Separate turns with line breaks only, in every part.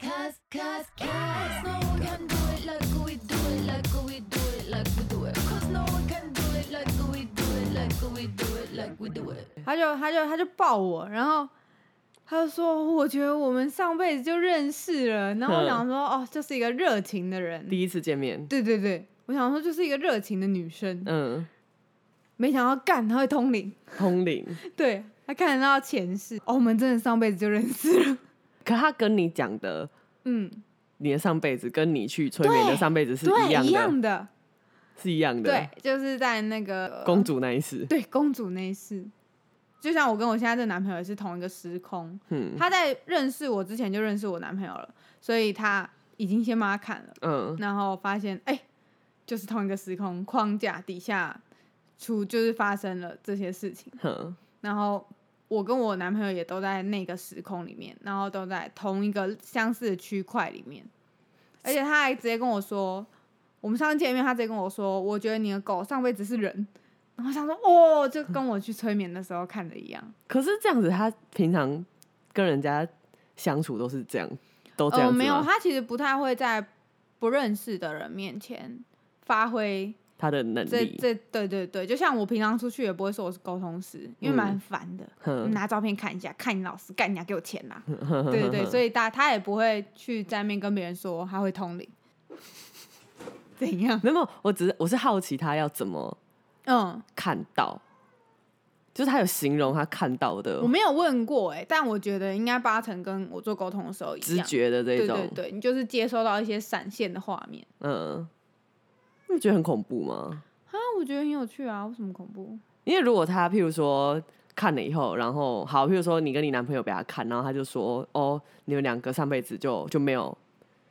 Cause, cause no one can do it like we do it, like we do it, like we do it. Cause no one can do it like we do it, like we do it, like we do it.
他就他就他就抱我，然后他就说，我觉得我们上辈子就认识了。然后我
嗯
想说，哦，就是一个热情的人，
第一次见面，
对对对，我想说就是一个热情的女生，
嗯，
没想到干她会通灵，
通灵。
对她看得到前世，哦，我们真的上辈子就认识了，
可他跟你讲的，
嗯，
你的上辈子跟你去催眠的
对
上辈子是一
对，
样
一
的，
样的，
是一样的。
对，，就是在那个呃
公主那一世，
对公主那一世，就像我跟我现在这个男朋友也是同一个时空，
嗯
他在认识我之前就认识我男朋友了，所以他已经先帮他看了，
嗯，
然后发现哎、就是同一个时空框架底下出就是发生了这些事情，
哼，
然后我跟我男朋友也都在那个时空里面，然后都在同一个相似的区块里面，而且他还直接跟我说，我们上次见面，他直接跟我说，我觉得你的狗上辈子是人，然后我想说哦，就跟我去催眠的时候看的一样，
可是这样子，他平常跟人家相处都是这样，都哦这样
呃，
子吗、
没有，他其实不太会在不认识的人面前发挥
他的能
这
力，
这，对对对，就像我平常出去也不会说我是沟通师，因为蛮
嗯
烦的。
哼
拿照片看一下，看你老师干，你要给我钱 啦！
哼哼
对对对，
哼
所以大他也不会去在面跟别人说他会通灵，怎样？
没有，我只是我是好奇他要怎么
嗯，
看到，就是他有形容他看到的
我没有问过哎、但我觉得应该八成跟我做沟通的时候一
直
样，
觉的这
对
种，
对对，你就是接收到一些闪现的画面
嗯，你不觉得很恐怖吗？
啊，我觉得很有趣啊，为什么恐怖？
因为如果他譬如说看了以后，然后好，譬如说你跟你男朋友给他看，然后他就说哦，你们两个上辈子就就没有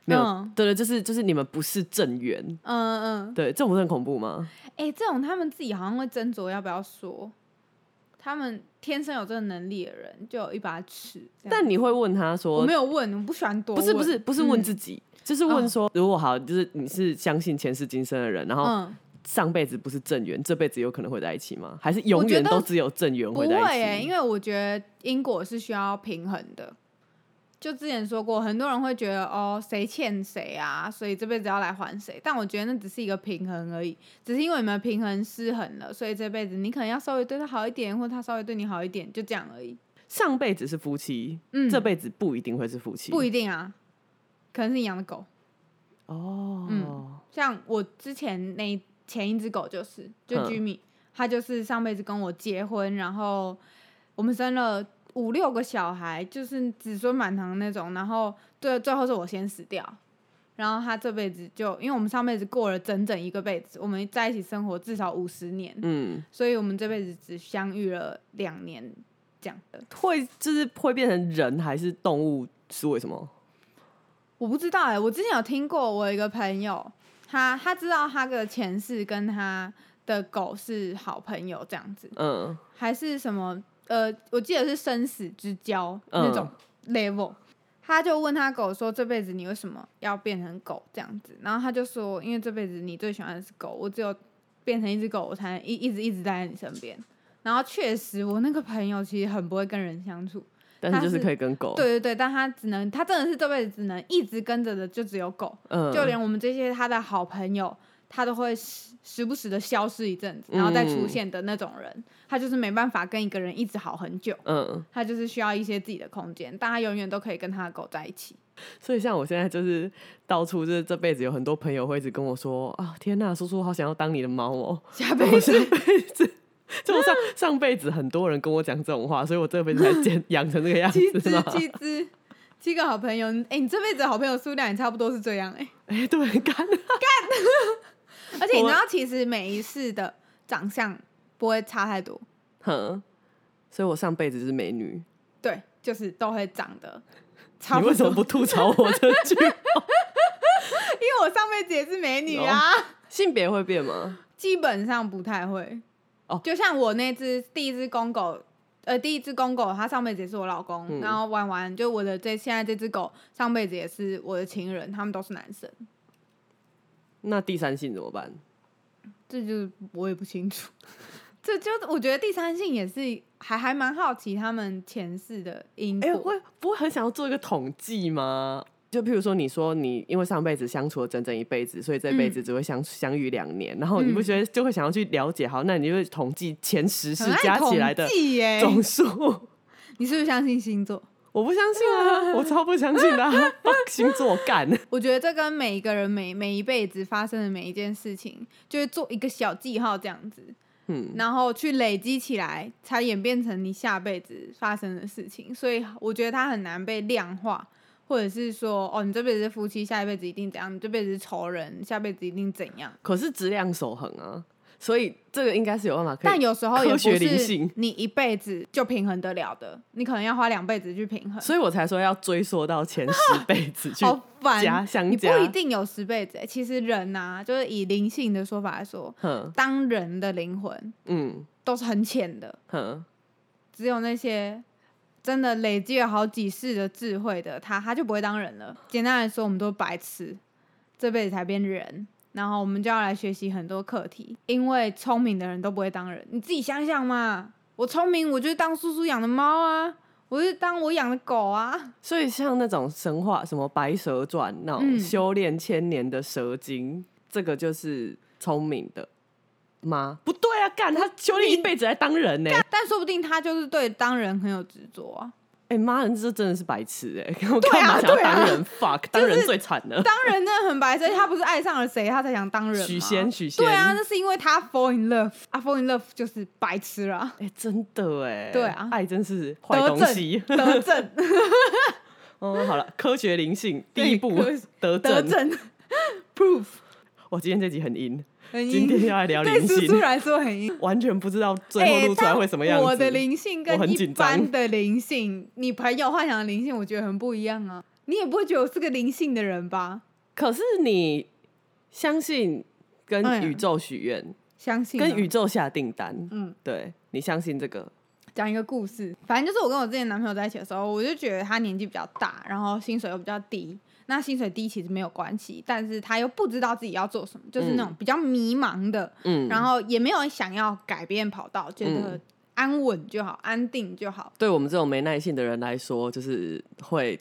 没有，
嗯
对对，就是就是你们不是正缘，
嗯嗯，
对，这种不是很恐怖吗？
哎、这种他们自己好像会斟酌要不要说，他们天生有这个能力的人就有一把尺这样，
但你会问他
我
说
没，有嗯问，我不喜欢多
不是不是不是问
己，
自己，就是问说，如果好，就是你是相信前世今生的人，然后
嗯。
上辈子不是正缘，这辈子有可能会在一起吗？还是永
我觉
远
得
都只有正缘
不会
在
耶、
一
因
起？
为我觉得因果是需要平衡的。就之前说过，很多人会觉得哦，谁欠谁啊，所以这辈子要来还谁。但我觉得那只是一个平衡而已，只是因为你们平衡失衡了，所以这辈子你可能要稍微对他好一点，或他稍微对你好一点，就这样而已。
上辈子是夫妻，
嗯，
这辈子不一定会是夫妻。
不一定啊，可能是你养的狗。
哦，
嗯像我之前那一前一只狗就是，就
嗯
Jimmy，它就是上辈子跟我结婚，然后我们生了五六个小孩，就是子孙满堂那种。然后最最后是我先死掉，然后它这辈子就因为我们上辈子过了整整一个辈子，我们在一起生活至少五十年，
嗯，
所以我们这辈子只相遇了两年这样的。
会就是会变成人还是动物是为什么？
我不知道哎、我之前有听过，我有一个朋友，他他知道他的前世跟他的狗是好朋友这样子，
嗯，
还是什么呃，我记得是生死之交、
嗯
那种 level。他就问他狗说：“这辈子你为什么要变成狗这样子？”然后他就说：“因为这辈子你最喜欢的是狗，我只有变成一只狗，我才能一一直一直待在你身边。”然后确实，我那个朋友其实很不会跟人相处，
但是
它
就是是可以跟狗，
对，对对，但他只能，他真的是这辈子只能一直跟着的，就只有狗。
嗯，
就连我们这些他的好朋友，他都会时时不时的消失一阵子，然后再出
嗯
现的那种人，他就是没办法跟一个人一直好很久，
嗯，
他就是需要一些自己的空间，但他永远都可以跟他的狗在一起。
所以像我现在就是到处就是这辈子有很多朋友会一直跟我说啊，天呐，叔叔好想要当你的猫哦，
下辈
我上
子
辈子。就我上上辈子很多人跟我讲这种话，所以我这辈子才见养成这个样
七
子
只
嘛。
七只七个好朋友，哎、你这辈子的好朋友数量也差不多是这样哎、
哎、对，干，
而且你
我
知道，其实每一世的长相不会差太多，
哼，所以我上辈子是美女。
对，就是都会长得差
你
不
为什
多。
么不吐槽我这句？
因为我上辈子也是美女
哦
啊。
性别会变吗？
基本上不太会。
哦
就像我那只第一只公狗，呃，第一只公狗，它上辈子也是我老公，
嗯
然后玩玩，就我的这现在这只狗上辈子也是我的情人，他们都是男生，
那第三性怎么办？
这就是我也不清楚。 这就我觉得第三性也是还还蛮好奇他们前世的因
哎、
果，
我会不会很想要做一个统计吗？就譬如说，你说你因为上辈子相处了整整一辈子，所以这辈子只会相、相遇两年，然后你不觉得就会想要去了解？好，那你就会统计前十世
很爱
加起来
统
的
计耶、
总数。
你是不是相信星座？
我不相信啊，我超不相信的、啊，星座干。
我觉得这跟每一个人每每一辈子发生的每一件事情，就是做一个小记号这样子，
嗯，
然后去累积起来，才演变成你下辈子发生的事情。所以我觉得它很难被量化，或者是说，哦，你这辈子是夫妻，下一辈子一定怎样；你这辈子是仇人，下辈子一定怎样。
可是质量守恒啊，所以这个应该是有办法可以。
但有时候也不
科学灵
是
性
你一辈子就平衡得了的，你可能要花两辈子去平衡。
所以我才说要追溯到前十辈 子去
好烦
加相
你不
加。
一定有十辈子欸、其实人呐、就是以灵性的说法来说，
哼，
当人的灵魂
嗯
都是很浅的，
哼，
只有那些真的累积了好几世的智慧的他，他就不会当人了。简单来说，我们都是白痴，这辈子才变人。然后我们就要来学习很多课题，因为聪明的人都不会当人。你自己想想嘛，我聪明，我就是当叔叔养的猫啊，我就是当我养的狗啊。
所以像那种神话，什么《白蛇传》那
嗯
种修炼千年的蛇精，这个就是聪明的吗？不对啊，干他修炼一辈子来当人呢、
但说不定他就是对当人很有执着啊。
哎妈，人这真的是白痴哎、 我干嘛想要
对啊
当人、f u c k 当人最惨了。
当人真的很白痴，而且他不是爱上了谁，他才想当人吗。
许仙，许仙，
对啊，那是因为他 fall in love 啊，fall in love 就是白痴啊 啦，
哎、真的哎，
对啊
爱真是坏东西。
得症，
哦，好了，科学灵性第
对
一步
科
得
得
证。
症 ，proof
我今天这集很阴，
很
今
阴。
天要来聊
对
灵
叔叔
性，
来说很阴。
完全不知道最后录出来会什么样
哎
子。
但我的灵性
我
跟
很
一
紧张
般的灵性，你朋友幻想的灵性，我觉得很不一样啊。你也不会觉得我是个灵性的人吧？
可是你相信
哎
跟
呀
宇宙许愿，
相信啊
跟宇宙下订单，
嗯，
对你相信这个？
讲一个故事，反正就是我跟我之前男朋友在一起的时候，我就觉得他年纪比较大，然后薪水又比较低。那薪水低其实没有关系，但是他又不知道自己要做什么，就是那种比较迷茫的，
嗯，
然后也没有想要改变跑道，觉得
嗯
安稳就好，安定就好。
对我们这种没耐性的人来说，就是会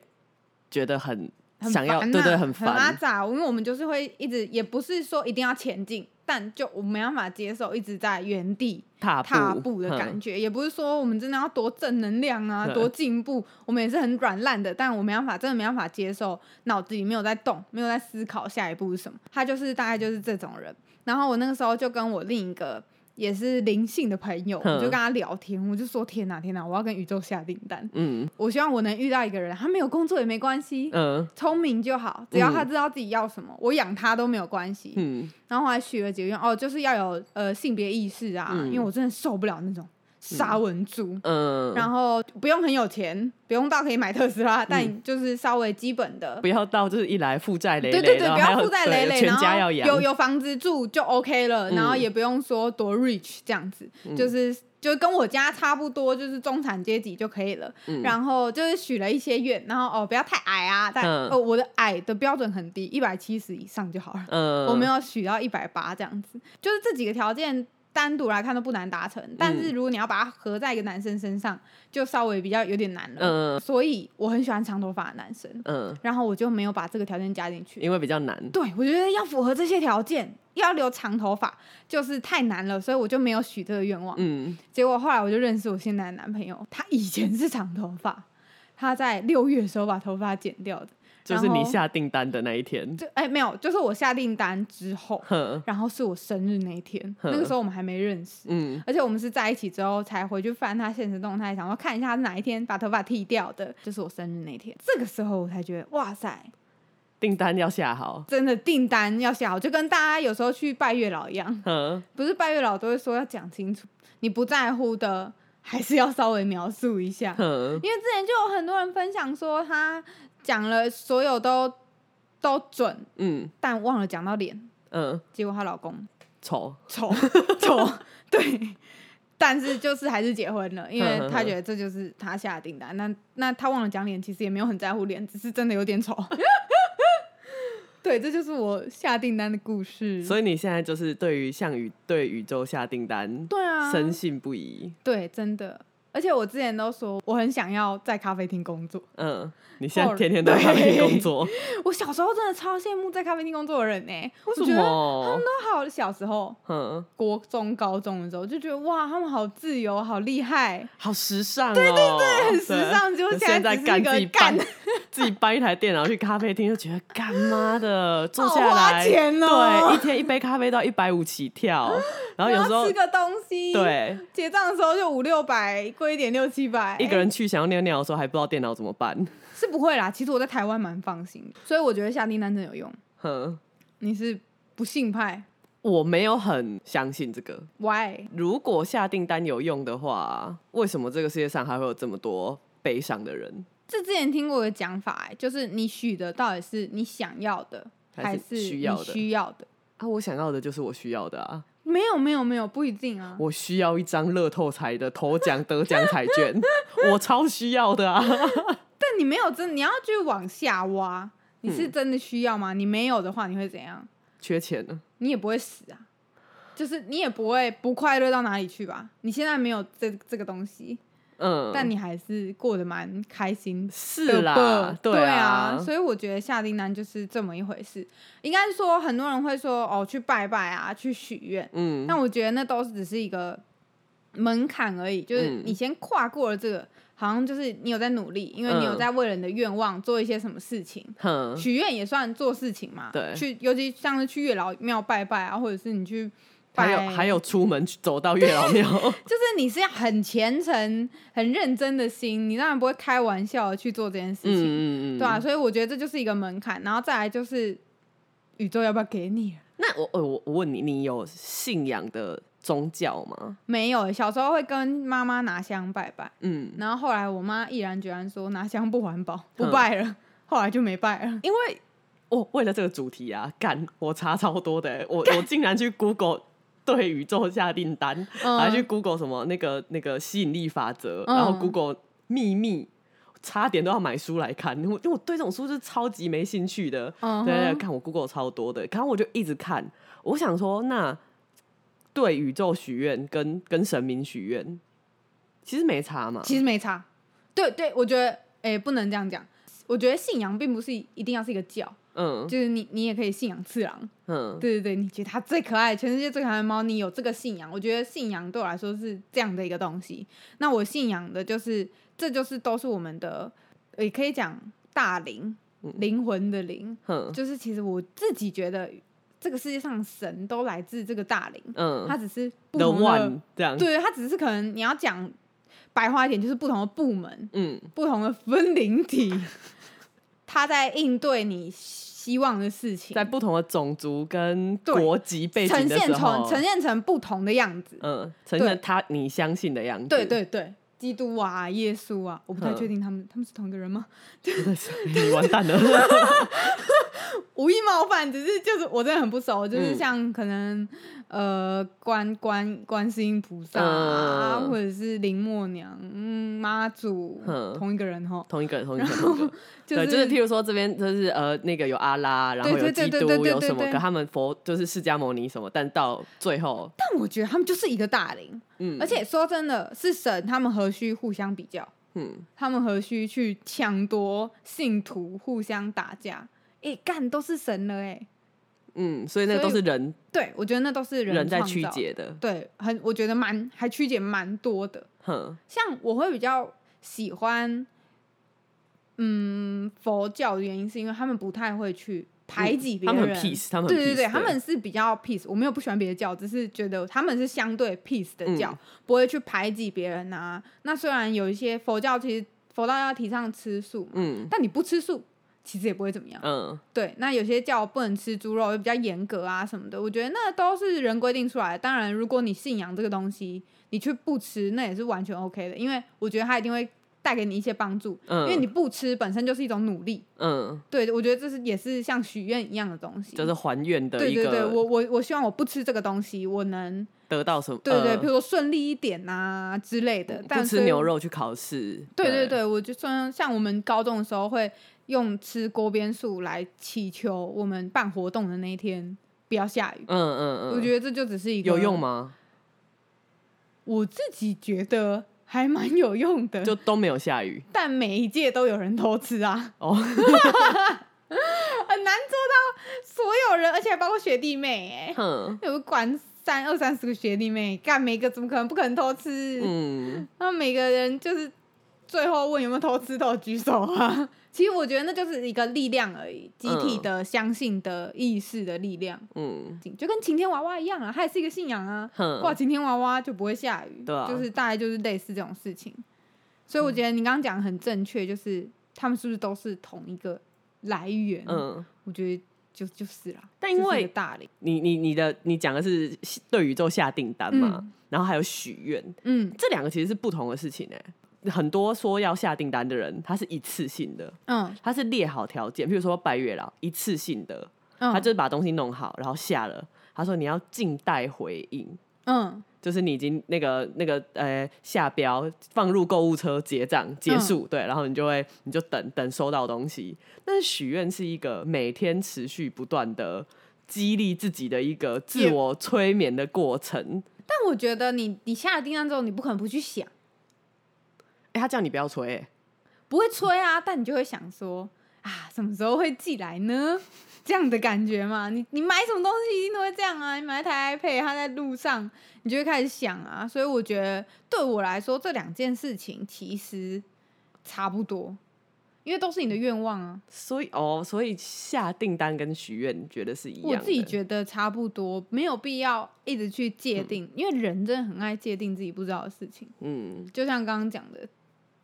觉得很
很
想要，
烦啊
对
呐
对，很
阿
烦。
杂，因为我们就是会一直，也不是说一定要前进，但就我没办法接受一直在原地
踏嗯
踏步的感
觉，
觉，也不是说我们真的要多正能量啊，
对
多进步，我们也是很软烂的，但我没办法，真的没办法接受脑子里没有在动，没有在思考下一步是什么。他就是大概就是这种人。然后我那个时候就跟我另一个也是灵性的朋友，我
嗯
就跟他聊天，我就说天哪天哪，我要跟宇宙下订单，
嗯
我希望我能遇到一个人，他没有工作也没关系。
嗯
聪明就好，只要他知道自己要什么，我养他都没有关系。
嗯，
然后我还许了几个愿，哦，就是要有呃性别意识啊，
嗯
因为我真的受不了那种沙文猪。
嗯，
然后不用很有钱，不用到可以买特斯拉，但就是稍微基本的，
不要到就是一来负债累累
对
的，
对对，不
然后还
负债累累，
对全
然后
家要养，
有有房子住就 OK 了，
嗯
然后也不用说多 rich 这样子，就是就跟我家差不多，就是中产阶级就可以了。
嗯
然后就是许了一些愿，然后哦不要太矮啊，但、
嗯
哦我的矮的标准很低，一百七十以上就好了。
嗯，
我没有许到一百八这样子，就是这几个条件单独来看都不难达成，但
嗯
是如果你要把它合在一个男生身上，就稍微比较有点难了。
嗯
所以我很喜欢长头发的男生，
嗯，
然后我就没有把这个条件加进去。
因为比较难，
对，我觉得要符合这些条件，要留长头发就是太难了，所以我就没有许这个愿望。
嗯
结果后来我就认识我现在的男朋友，他以前是长头发，他在六月的时候把头发剪掉的。
就是
然
你
后
下订单的那一天，
就哎、没有，就是我下订单之后，
哼
然后是我生日那一天，
呵
那个时候我们还没认识，
嗯
而且我们是在一起之后才回去翻他现实动态，想要看一下他哪一天把头发剃掉的，就是我生日那天。这个时候我才觉得，哇塞，
订单要下好，
真的订单要下好，就跟大家有时候去拜月老一样，
哼
不是拜月老都会说要讲清楚，你不在乎的还是要稍微描述一下。
哼，
因为之前就有很多人分享说他讲了所有都都准，
嗯
但忘了讲到脸，
嗯，
结果她老公
丑，
丑丑，对。但是就是还是结婚了，因为他觉得这就是他下的订单。那那他忘了讲脸，其实也没有很在乎脸，只是真的有点丑。 对，这就是我下订单的故事。
所以你现在就是对于项羽对宇宙下订单
对啊，
深信不疑，
对，真的。而且我之前都说我很想要在咖啡厅工作，
嗯，你现在
后
天天在咖啡厅
哦对
工作，
我小时候真的超羡慕在咖啡厅工作的人呢、
为
我
什
觉得哦他
么
们？都好，小时候
嗯，
国中、高中的时候就觉得哇，他们好自由，好厉害，
好时尚哦，对对对，
很时尚结果
那
现在
现在
只是
干
一个
自己搬
干
自己搬一台电脑去咖啡厅，就觉得干妈的坐
好
下
花
来，
钱哦
对，一天一杯咖啡都要一百五起跳， 然后有时
要
候
吃个东西，，
对
结账的时候就五六百，贵一点六七百，
一个人去想要尿尿的时候还不知道电脑怎么办，
是不会啦。其实我在台湾蛮放心的，所以我觉得下订单真的有用。
哼，
你是不信派
我没有很相信这个，
？Why？
如果下订单有用的话，为什么这个世界上还会有这么多悲伤的人？
这之前听过一个讲法、欸，就是你许的到底是你想要的，
还
还
是
是
需
你
要的
需要的？
啊，我想要的就是我需要的啊！
没有没有没有，不一定啊。
我需要一张乐透彩的头奖得奖彩 券，我超需要的啊！
但你没有真，你要去往下挖，你是
嗯
真的需要吗？你没有的话，你会怎样？
缺钱呢？
你也不会死啊，就是你也不会不快乐到哪里去吧？你现在没有这这个东西，
嗯，
但你还是过得蛮开心
是
的
啦
吧，
对
啊，所以我觉得下订单就是这么一回事。应该说，很多人会说哦，去拜拜啊，去许愿，
嗯，
但我觉得那都是只是一个门槛而已，就是
嗯
你先跨过了这个，好像就是你有在努力，因为你有
嗯
在为了你的愿望做一些什么事情。
哼，
许愿也算做事情嘛，
对
去尤其像是去月老庙拜拜啊，或者是你去
还
拜，
有还有出门去走到月老庙，
就是你是要很虔诚、很认真的心，你当然不会开玩笑的去做这件事情，
嗯嗯嗯，
对啊，所以我觉得这就是一个门槛，然后再来就是宇宙要不要给你啊？
那我我呃我我问你，你有信仰的宗教吗？
没有，小时候会跟妈妈拿香拜拜，
嗯，
然后后来我妈毅然决然说拿香不环 保，不
嗯
拜了，后来就没拜 了。
因为我、哦为了这个主题啊，干我查超多的欸、我我竟然去 Google 对宇宙下订单，
嗯
还去 Google 什么那个那个吸引力法则，
嗯
然后 Google 秘密。差点都要买书来看，我因为我对这种书是超级没兴趣的。
嗯哼
对对对，看我 Google 超多的，然后我就一直看。我想说，那对宇宙许愿跟跟神明许愿，其实没差嘛。
其实没差。对对，我觉得诶、不能这样讲。我觉得信仰并不是一定要是一个教，
嗯
就是你你也可以信仰次郎。
嗯，
对对对，你觉得它最可爱，全世界最可爱的猫，你有这个信仰，我觉得信仰对我来说是这样的一个东西。那我信仰的就是，这就是都是我们的，也可以讲大灵
嗯，
灵魂的灵，
哼
就是其实我自己觉得这个世界上神都来自这个大灵，
嗯
它只是不
，The
同的
One 这样，
对，它只是可能你要讲白话一点，就是不同的部门、
嗯
不同的分灵体， 它在应对你希望的事情
在，不同的种族跟
对
国籍背景
呈
的
现
时候，
成呈现成不同的样子。
嗯，呈
对
现他你相信的样子。
对对对，基督啊，耶稣啊，我不太
嗯
确定他们他们是同一个人吗？
对， 你完蛋 了。
无意冒犯，只是就是我真的很不熟，就是
嗯
像可能、呃观观观世音菩萨啊，
嗯
或者是林默娘、嗯妈祖，
嗯
同一个人哈，
同一个人，同一个人，同一个人。
就
对，
是
就是譬如说这边就是呃那个有阿拉，然后
对
有
对
基
对
督
对对，对
有什么
对，对
可他们佛就是释迦牟尼什么，但到最后，
但我觉得他们就是一个大龄，
嗯，
而且说真的，是神，他们何须互相比较？
嗯，
他们何须去抢夺信徒，互相打架？诶，干都是神了诶，
嗯，所以那个
所
都
以
是人
对，我觉得那都是
人在
创
曲
造
解的，
对，很我觉得蛮还曲解蛮多的。
哼，
像我会比较喜欢，嗯，佛教的原因是因为他们不太会去排
嗯
挤别
他
人，
们很 peace，他们很
对对
peace，
对，
对
他们是比较 peace。我没有不喜欢别的教，只是觉得他们是相对 peace 的教，
嗯
不会去排挤别人啊。那虽然有一些佛教其实佛教要提倡吃素嘛，
嗯
但你不吃素其实也不会怎么样。
嗯
对，那有些叫不能吃猪肉，又比较严格啊什么的，我觉得那都是人规定出来的。当然，如果你信仰这个东西，你去不吃，那也是完全 OK 的，因为我觉得它一定会带给你一些帮助，
嗯，
因为你不吃本身就是一种努力。
嗯，
对，我觉得这是也是像许愿一样的东西。
就是还愿的
对
一
对对，我
个
我我希望我不吃这个东西，我能
得到什么，
对对，
呃
比如说顺利一点呐、之类的。但
不吃
所以
牛肉去考试，
对对，对，我就算像我们高中的时候会用吃锅边素来祈求我们办活动的那一天不要下雨。
嗯嗯嗯，
我觉得这就只是一个
有用？吗？
我自己觉得还蛮有用的。
就都没有下雨
但每一届都有人偷吃啊，
哦。
很难做到所有人，而且还包括学弟妹哎、
哼，
有管三二三十个学弟妹，干每个怎么可能不可能偷吃？
嗯，
那每个人就是最后问有没有偷吃都有举手啊。 其实我觉得那就是一个力量而已，集体的相信的意识的力量，
嗯，
就跟晴天娃娃一样啊，它也是一个信仰啊。
哼
挂晴天娃娃就不会下雨，
嗯对啊嗯
就是大概就是类似这种事情。所以我觉得你刚刚讲得很正确，就是他们是不是都是同一个来源？，
嗯，
我觉得就就是啦。
但因
这是一
为
个大龄，
你你你的你讲的是对宇宙下订单嘛，然后还有许愿，
嗯
这两个其实是不同的事情哎、很多说要下订单的人，他是一次性的，
嗯
他是列好条件，譬如说拜月老，一次性的，
嗯，
他就是把东西弄好，然后下了，他说你要静待回应，
嗯
就是你已经那个那个呃下标放入购物车结账结束，
嗯
对，然后你就会你就等等收到东西。但是许愿是一个每天持续不断的激励自己的一个自
也
我催眠的过程。
但我觉得你你下了订单之后，你不可能不去想，
哎、他叫你不要催、欸，
不会催啊，但你就会想说啊，什么时候会寄来呢？ 这样的感觉嘛，你你买什么东西一定都会这样啊！你买一台 iPad，它在路上，你就会开始想啊。所以我觉得对我来说，这两件事情其实差不多，因为都是你的愿望啊。
所以哦，所以下订单跟许愿你觉得是一样
我
的。
自己觉得差不多，没有必要一直去界定，因为人真的很爱界定自己不知道的事情。
嗯
就像刚刚讲的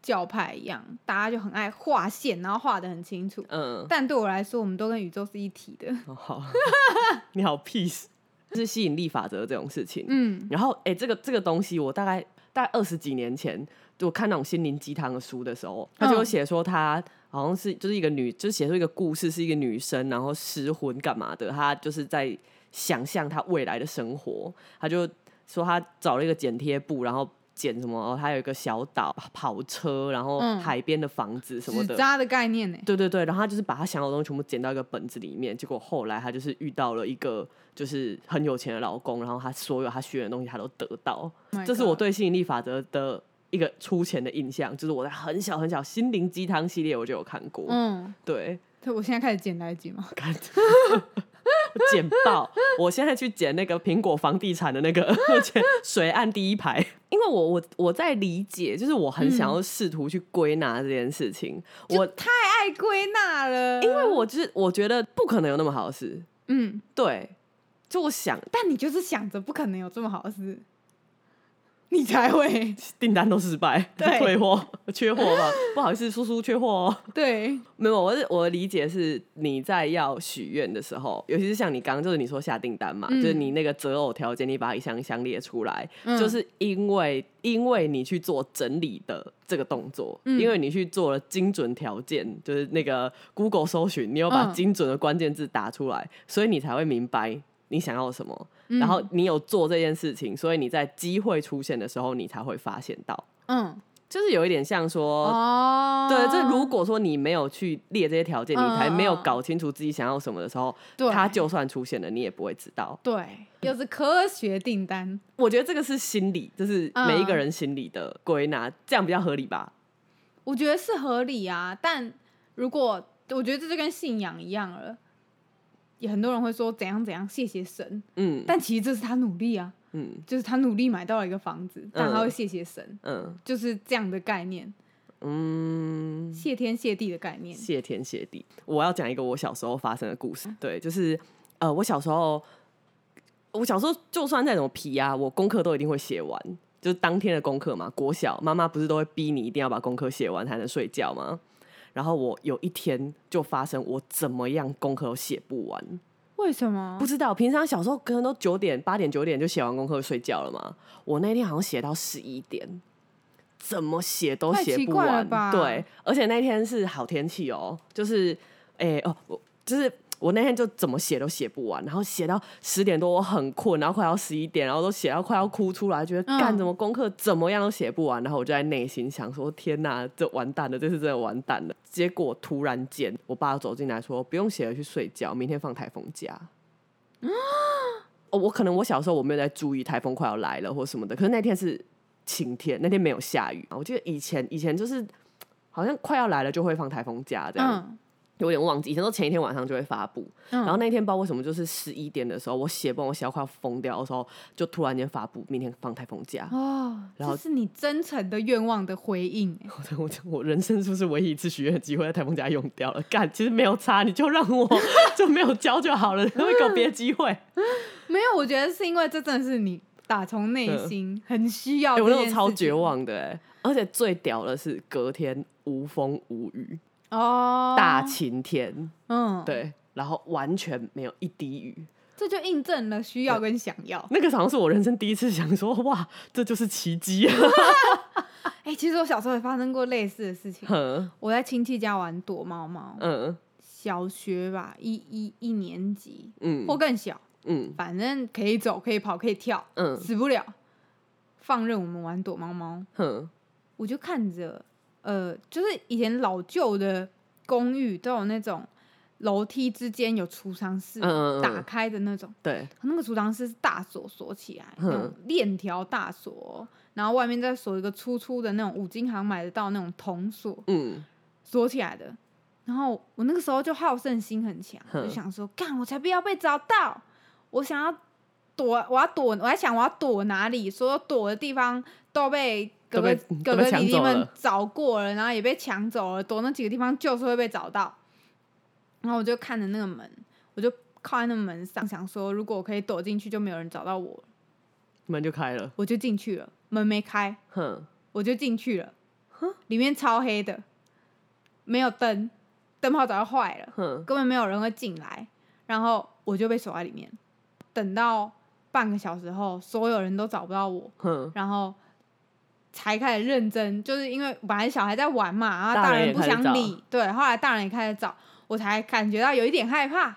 教派一样，大家就很爱画线，然后画的很清楚。
嗯，
但对我来说，我们都跟宇宙是一体的。
哦好， 你好 peace，就是吸引力法则这种事情。
嗯
然后，哎、这个这个东西，我大概大概二十几年前，就我看那种心灵鸡汤的书的时候，他就有写说他好像是就是一个女，就是写出一个故事，是一个女生，然后失婚干嘛的，她就是在想象她未来的生活，她就说她找了一个剪贴布，然后。剪什么？哦，她有一个小岛跑车，然后
嗯
海边的房子什么
纸
的，
扎的概念呢、
对对对，然后他就是把他想要的东西全部剪到一个本子里面，结果后来他就是遇到了一个就是很有钱的老公，然后他所有他学的东西他都得到。
Oh My
这是我
God
对吸引力法则的一个粗浅的印象，就是我在很小很小心灵鸡汤系列我就有看过，
嗯，
对，
对，我现在开始剪来得及吗？
看 剪报，我现在去剪那个苹果房地产的那个 剪水岸第一排，因为我我我在理解，就是我很
嗯
想要试图去归纳这件事情，我
太爱归纳了，
因为我就是我觉得不可能有那么好的事，
嗯，
对，就我想
但你就是想着不可能有这么好的事，你才会
订单都失败，
对
退货、缺货嘛，不好意思，叔叔缺货哦。
对，
没有，我是我的理解是，你在要许愿的时候，尤其是像你刚刚就是你说下订单嘛，
嗯
就是你那个择偶条件，你把它一项一项列出来，
嗯
就是因为因为你去做整理的这个动作，
嗯
因为你去做了精准条件，就是那个 Google 搜寻，你有把
嗯
精准的关键字打出来，所以你才会明白你想要什么，
嗯
然后你有做这件事情，所以你在机会出现的时候，你才会发现到，
嗯，
就是有一点像说，
哦，
呃对，这如果说你没有去列这些条件，
嗯
你还没有
嗯嗯
搞清楚自己想要什么的时候，
对
它就算出现了，你也不会知道。
对，又是科学订单，
我觉得这个是心理，就是
嗯
每一个人心理的归纳，这样比较合理吧？
我觉得是合理啊。但如果我觉得这就跟信仰一样了，也很多人会说怎样怎样谢谢神，
嗯
但其实这是他努力啊，
嗯
就是他努力买到了一个房子，但他会谢谢神，
嗯
就是这样的概念，
嗯，
谢天谢地的概念。
谢天谢地。我要讲一个我小时候发生的故事，对，就是呃，我小时候，我小时候就算再怎么皮啊，我功课都一定会写完。就是当天的功课嘛，国小妈妈不是都会逼你一定要把功课写完才能睡觉吗？然后我有一天就发生我怎么样功课都写不完，
为什么
不？知道平常小时候可能都九点八点九点就写完功课就睡觉了嘛，我那天好像写到十一点，怎么写都
太
写
奇
不
怪了
完
吧。
对，而且那天是好天气哦，就是哎、哦，我就是。我那天就怎么写都写不完，然后写到十点多，我很困，然后快要十一点，然后都写到快要哭出来，觉得
嗯
干怎么功课怎么样都写不完，然后我就在内心想说：天哪，这完蛋了，这次真的完蛋了。结果突然间，我爸走进来说：不用写了，去睡觉，明天放台风 假。哦，我可能我小时候我没有在注意台风快要来了或什么的，可是那天是晴天，那天没有下雨。我记得以前以前就是好像快要来了就会放台风假这样，
嗯
有点忘记。以前都前一天晚上就会发布，
嗯
然后那一天不知道为什么就是十一点的时候，我写本我写到快要疯掉的时候，就突然间发布明天放台风假。
哦，
然后
这是你真诚的愿望的回应 欸，
我就我人生是不是唯一一次许愿的机会在台风假用掉了？干，其实没有差，你就让 我就没有交就好了，会给我别的机会。
嗯没有，我觉得是因为这真的是你打从内
嗯
心很需要、
哎、我那种超绝望的哎、而且最屌的是隔天无风无雨，
哦，
大晴天，
嗯，，
对，然后完全没有一滴雨。
这就印证了需要跟想要。
那个好像是我人生第一次想说，哇，这就是奇迹啊！
哎、其实我小时候也发生过类似的事情。
嗯
我在亲戚家玩躲猫猫，
嗯
小学吧，一一一年级
嗯
或更小，
嗯
反正可以走，可以跑，可以跳，
嗯
死不了。放任我们玩躲猫猫，
哼
我就看着，呃，就是以前老旧的公寓都有那种楼梯之间有储藏室、
嗯嗯嗯
打开的那种。
对，
那个储藏室是大锁锁起来，
嗯
那种链条大锁哦，然后外面再锁一个粗粗的那种五金行买得到那种铜锁，
嗯
锁起来的。然后我那个时候就好胜心很强，我就
哼
想说，干，我才不要被找到，我想要躲，我要躲，我在想我要躲哪里，所有躲的地方都被哥哥
都被
哥
都
哥
被抢
弟弟
走
们
了
找过了，然后也被抢走了，躲那几个地方就是会被找到。然后我就看着那个门，我就靠在那门上，想说如果我可以躲进去，就没有人找到我，
门就开了，
我就进去了，门没开，
哼，
我就进去了，里面超黑的，没有灯，灯泡早就坏了，
哼
根本没有人会进来，然后我就被锁在里面，等到半个小时后，所有人都找不到我，
哼，
然后才开始认真，就是因为本来小孩在玩嘛，然后
大
大
人
人
也
不
开始
想
找
理，对，后来大人也开始找，我才感觉到有一点害怕，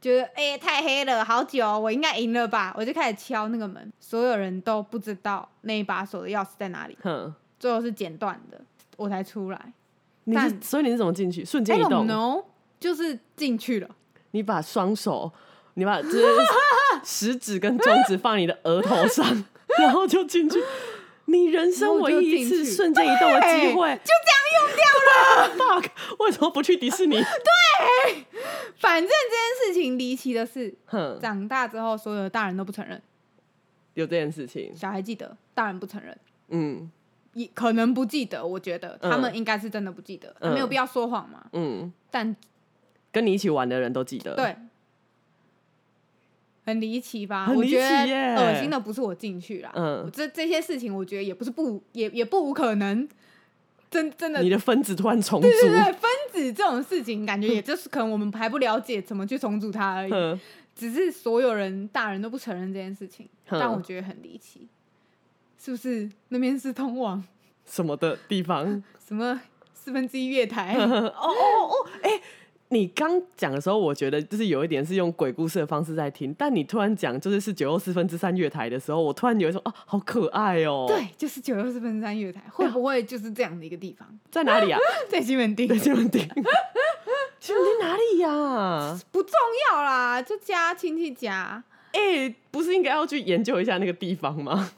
觉得哎、太黑了，好久哦，我应该赢了吧，我就开始敲那个门，所有人都不知道那一把锁的钥匙在哪里，
哼。
最后是剪断的，我才出来。
你是
但哎
所以你是怎么进去？瞬
I
间移
don't
动，
know，就是进去了，
你把双手，你把这 食指跟中指放你的额头上， 然后就进去。你人生唯一一次瞬间移动的机会，就
哎
这样用掉了。fuck，为什 么不去 迪士尼？
反正这件事情离奇的是，
哼，
长大之后所有的大人都不承认，
有这件事情，
小孩记得，大人不承认。
嗯
也可能不记得，我觉得
嗯
他们应该是真的不记得，
嗯
没有必要说谎嘛。
嗯，
但
跟你一起玩的人都记得。，
对，很离奇吧？
很离奇
我觉
耶
得恶心的不是我进去啦，
嗯
我这这些事情我觉得也不是不也也不无可能，真真的
你的分子突然重组，
对分子这种事情，感觉也就是可能我们还不了解怎么去重组它 而已，
哼，
只是所有人大人都不承认这件事情，
嗯
但我觉得很离奇，是不是？那边是通往
什么的地方？
什么四分之一月 台？
哦哎你刚讲的时候，我觉得就是有一点是用鬼故事的方式在听，但你突然讲就是是九又四分之三月台的时候，我突然有一种啊，好可爱哦、，
对，就是九六四分三月台，会不会就是这样的一个地方？
在哪里啊？
在西门町
在西门町，西门町哪里呀、
不重要啦，就家亲戚家，
哎、不是应该要去研究一下那个地方吗？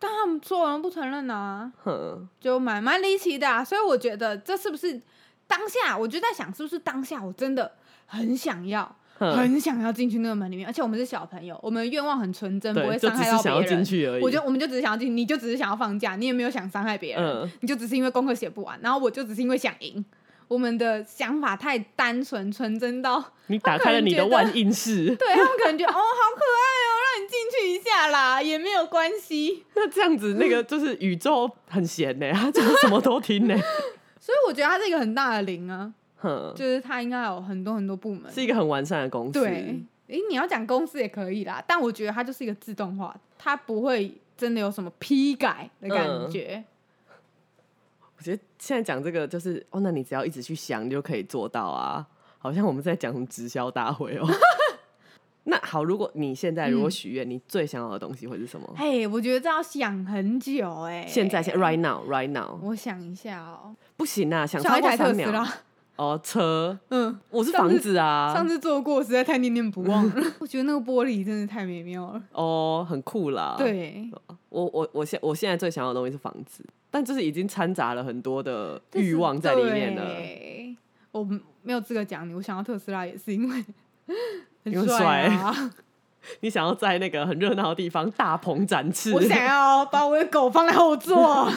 但他们所有人不承认啊，
哼，
就蛮蛮离奇的、啊。所以我觉得这是不是当下？我就在想，是不是当下我真的很想要。
哼
很想要进去那个门里面，而且我们是小朋友，我们的愿望很纯真，不
对
会
就
伤害
只是
到
想要
别
进
人。
去而已。
我就我们就只是想要进，你就只是想要放假，你也没有想伤害别人，
嗯
你就只是因为功课写不完，然后我就只是因为想赢。我们的想法太单纯纯真到，
你打开了你的万应室，
对他们可能觉得哦好可爱哦，让你进去一下啦，也没有关系。
那这样子那个就是宇宙很闲呢、他就是什么都听呢、
所以我觉得它是一个很大的零啊，
哼，
就是它应该有很多很多部门。
嗯是一个很完善的公司。
对，诶，你要讲公司也可以啦，但我觉得它就是一个自动化，它不会真的有什么批改的
嗯
感觉。
我觉得现在讲这个就是哦，那你只要一直去想，你就可以做到啊。好像我们在讲什么直销大会哦。 那好，如果你现在如果
嗯
许愿，你最想要的东西会是什么？
嘿，我觉得这要想很久哎、
现在现 right now right now
我想一下哦、
不行啊，想
想
超
一
过
台特
三
斯
秒
拉，
哦，车，
嗯，
我是
上
房
次
子啊，
上次做过，实在太念念不 忘了。我觉得那个玻璃真的太美妙了。
哦，很酷啦。，
对，
我我我现我现在最想要的东西是房子，但就是已经掺杂了很多的
这是
欲望在里面了。
对。我没有资格讲你，我想要特斯拉也是因为
因为
很帅啊。
你想要在那个很热闹的地方大鹏展翅，
我想要把我的狗放在后 座。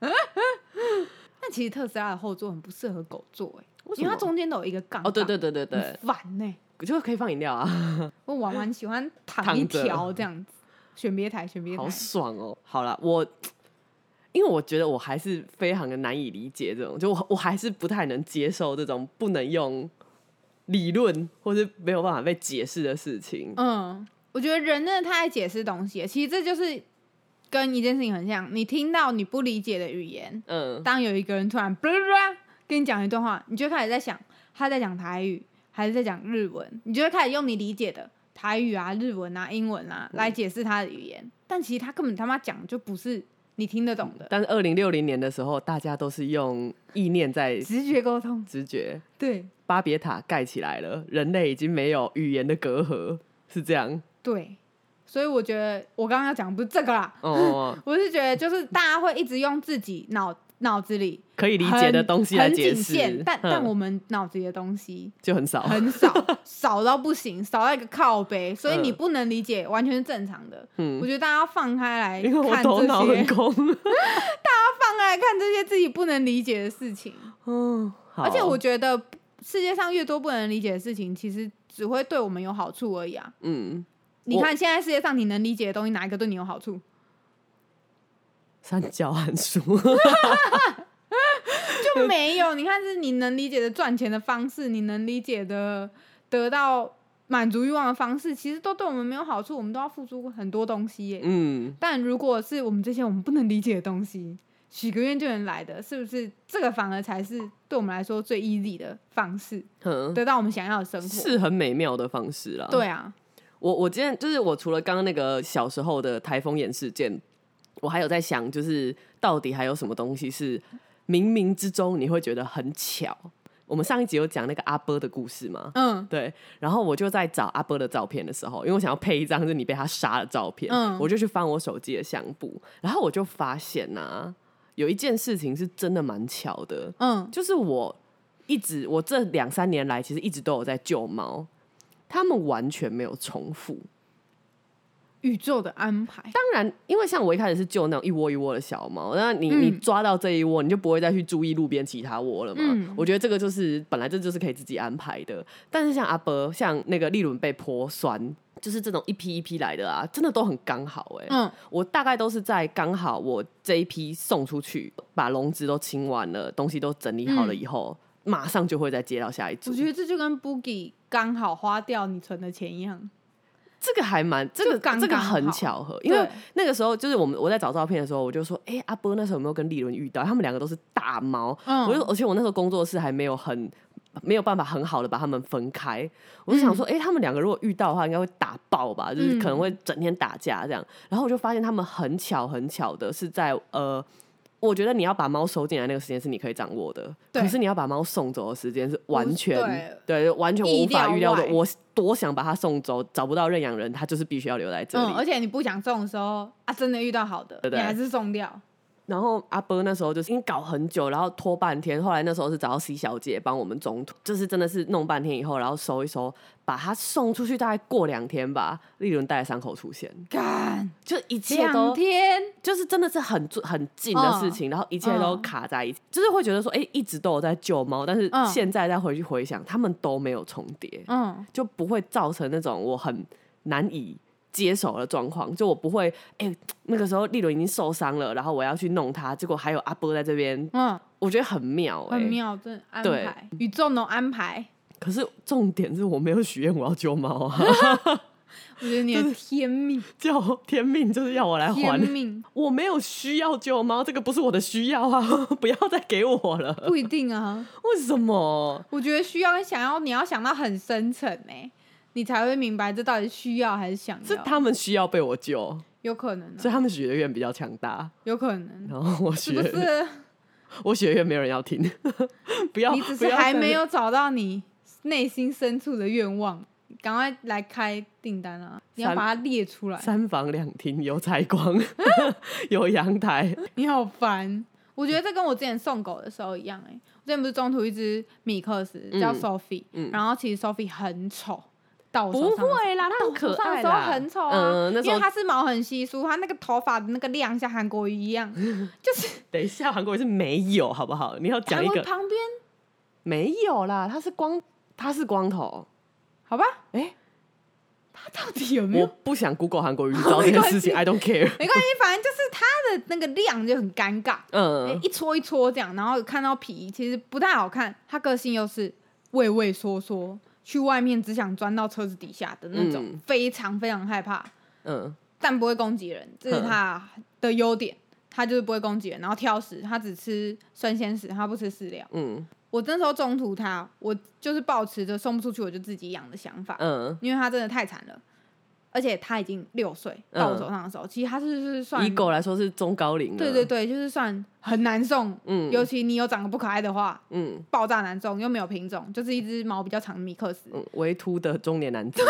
但其实特斯拉的后座很不适合狗坐、欸，
为什
因为它
么
中间都有一个杠。
哦，对对，对对对
很，烦欸呢、
就可以放饮料啊，
我婉婉喜欢躺
躺
一
着
条这样子，选别台，选别台
好。爽哦。好啦，我。因为我觉得我还是非常的难以理解这种，就我我还是不太能接受这种不能用理论或是没有办法被解释的事情。
嗯，我觉得人真的太爱解释东西了，其实这就是跟一件事情很像，你听到你不理解的语言，
嗯，
当有一个人突然 blah blah blah 跟你讲一段话，你就开始在想他在讲台语还是在讲日文，你就会开始用你理解的台语啊、日文啊、英文
嗯
啊来解释他的语言，但其实他根本他妈讲就不是你听得懂的，
但是二零六零年的时候，大家都是用意念在
直觉沟通，
直觉。
对
巴别塔盖起来了，人类已经没有语言的隔阂，是这样。
对，所以我觉得我刚刚要讲的不是这个啦，
哦哦， 哦
我是觉得就是大家会一直用自己脑脑子里。
可以理解的东西来
很
解
仅
释
限，，但但
嗯
我们脑子里的东西
就很少。
很少，少到不行，少到一个靠背，所以你
嗯
不能理解，完全是正常的。我
嗯，
觉得大家放开来
因为我
看
头
这
脑
些
很，空。
放开来看这些自己不能理解的事情，
嗯，好
而且我觉得世界上越多不能理解的事情，其实只会对我们有好处而已啊。
嗯，
你看现在世界上你能理解的东西，哪一个对你有好处？
三角函数，
就没有。你看，是你能理解的赚钱的方式，你能理解的得到满足欲望的方式，其实都对我们没有好处，我们都要付出很多东西耶。
嗯，
但如果是我们这些我们不能理解的东西，许个愿就能来的，是不是？这个反而才是对我们来说最 easy 的方式，
哼
得到我们想要的生活。，
是很美妙的方式啦。
对啊，
我我今天就是我除了刚刚那个小时候的台风眼事件，我还有在想，就是到底还有什么东西是冥冥之中你会觉得很巧？我们上一集有讲那个阿波的故事嘛？
嗯
对，然后我就在找阿波的照片的时候，因为我想要配一张是你被他杀的照片，
嗯
我就去翻我手机的相簿，然后我就发现呐、有一件事情是真的蛮巧的，
嗯，
就是我一直我这两三年来其实一直都有在救猫，他们完全没有重复。
宇宙的安排。
当然，因为像我一开始是救那种一窝一窝的小猫，那你、你
嗯
抓到这一窝，你就不会再去注意路边其他窝了嘛。
嗯
我觉得这个就是本来这就是可以自己安排的，但是像阿伯，像那个利伦被泼酸。就是这种一批一批来的啊，真的都很刚好哎、
嗯
我大概都是在刚好我这一批送出去，把笼子都清完了，东西都整理好了
嗯
以后，马上就会再接到下一组。
我觉得这就跟 Boogie 刚好花掉你存的钱一样，
这个还蛮这
就
个
刚
这个
刚好
很巧合，因为
对
那个时候就是我们我在找照片的时候，我就说，哎、阿波那时候有没有跟利伦遇到？他们两个都是大猫，
嗯
我就而且我那时候工作室还没有很没有办法很好的把他们分开，我
嗯
就想说，哎、他们两个如果遇到的话，应该会打爆吧，就是可
嗯
能会整天打架这样。然后我就发现他们很巧很巧的是在呃。我觉得你要把猫收进来那个时间是你可以掌握的，
对
可是你要把猫送走的时间是完全对完全我
意
无法
料
预料的
外。
我多想把它送走，找不到认养人，它就是必须要留在这里。
嗯，而且你不想中的时候啊，真的遇到好的，
对不对
你还是中掉。
然后阿波那时候就是因为搞很久，然后拖半天，后来那时候是找到 C 小姐帮我们中途，就是真的是弄半天以后，然后收一收，把它送出去，大概过两天吧，利伦带伤口出现，
干
就一切
两
都
天，
就是真的是很近很近的事情，然后一切都
嗯
卡在一起，就是会觉得说，哎、一直都有在救猫，但是
嗯
现在再回去回想，他们都没有重叠，
嗯
就不会造成那种我很难以接手的状况。就我不会，哎、那个时候利伦已经受伤了，然后我要去弄他，结果还有阿波在这边，
嗯，
我觉得很妙、哎，
很。妙，真的安
对
排，宇宙能安排，
可是重点是我没有许愿我要救猫啊，
我觉得你的天命，
叫天命就是要我来
天
还。
命
我没有需要救猫，这个不是我的需要啊， 不要再给我了。
不一定啊。
为什么？
我觉得需要跟想要，你要想到很深层呢、你才会明白这到底是需要还是想要。
是他们需要被我救，
有可能、
所以
啊，
他们许的愿比较强大，
有可能，啊
然后我
是
许
不
的
是？
我学乐没有人要听， 不要，
你只
不
是
要
还
在
没
那
有找到你内心深处的愿望，赶快来开订单啊！你要
三
把它列出来，
三房两厅有采光， 有阳 台，
你好烦。我觉得这跟我之前送狗的时候一样、欸，我之前不是中途一只米克斯叫
嗯
Sophie，、
嗯
然后其实 Sophie 很丑，到我手
不
上的时候
会啦，它很可爱
那时候
啦，
很丑啊，
嗯，那时
因
候
为它是毛很稀疏，它那个头发的那个量像韩国瑜一 样，就是
等一下，韩国瑜是没有，好不好？你要讲
韩
一
国瑜
个
旁边，
没有啦，他是光，他是光头。
好吧？
哎、
它到底有没
我
有？
不想 Google 韩国瑜找这件事情，I don't care。
没关系，反正就是它的那个量就很尴尬，
嗯，
一撮一撮这样，然后看到皮其实不太好看，它个性又是畏畏缩缩，去外面只想钻到车子底下的那种，
嗯
非常非常害怕，
嗯，
但不会攻击人，这是
嗯
它的优点。它就是不会攻击人，然后挑食，它只吃生鲜食，它不吃饲料。
嗯，
我那时候中途它，我就是抱持着送不出去我就自己养的想法，
嗯，
因为它真的太惨了，而且它已经六岁到
嗯
我手上的时候，其实它是是算
以狗来说是中高龄了。
对对，对，就是算很难送。
嗯，
尤其你有长得不可爱的话，
嗯
爆炸难送，又没有品种，就是一只毛比较长的米克斯，
嗯，维秃的中年 男子。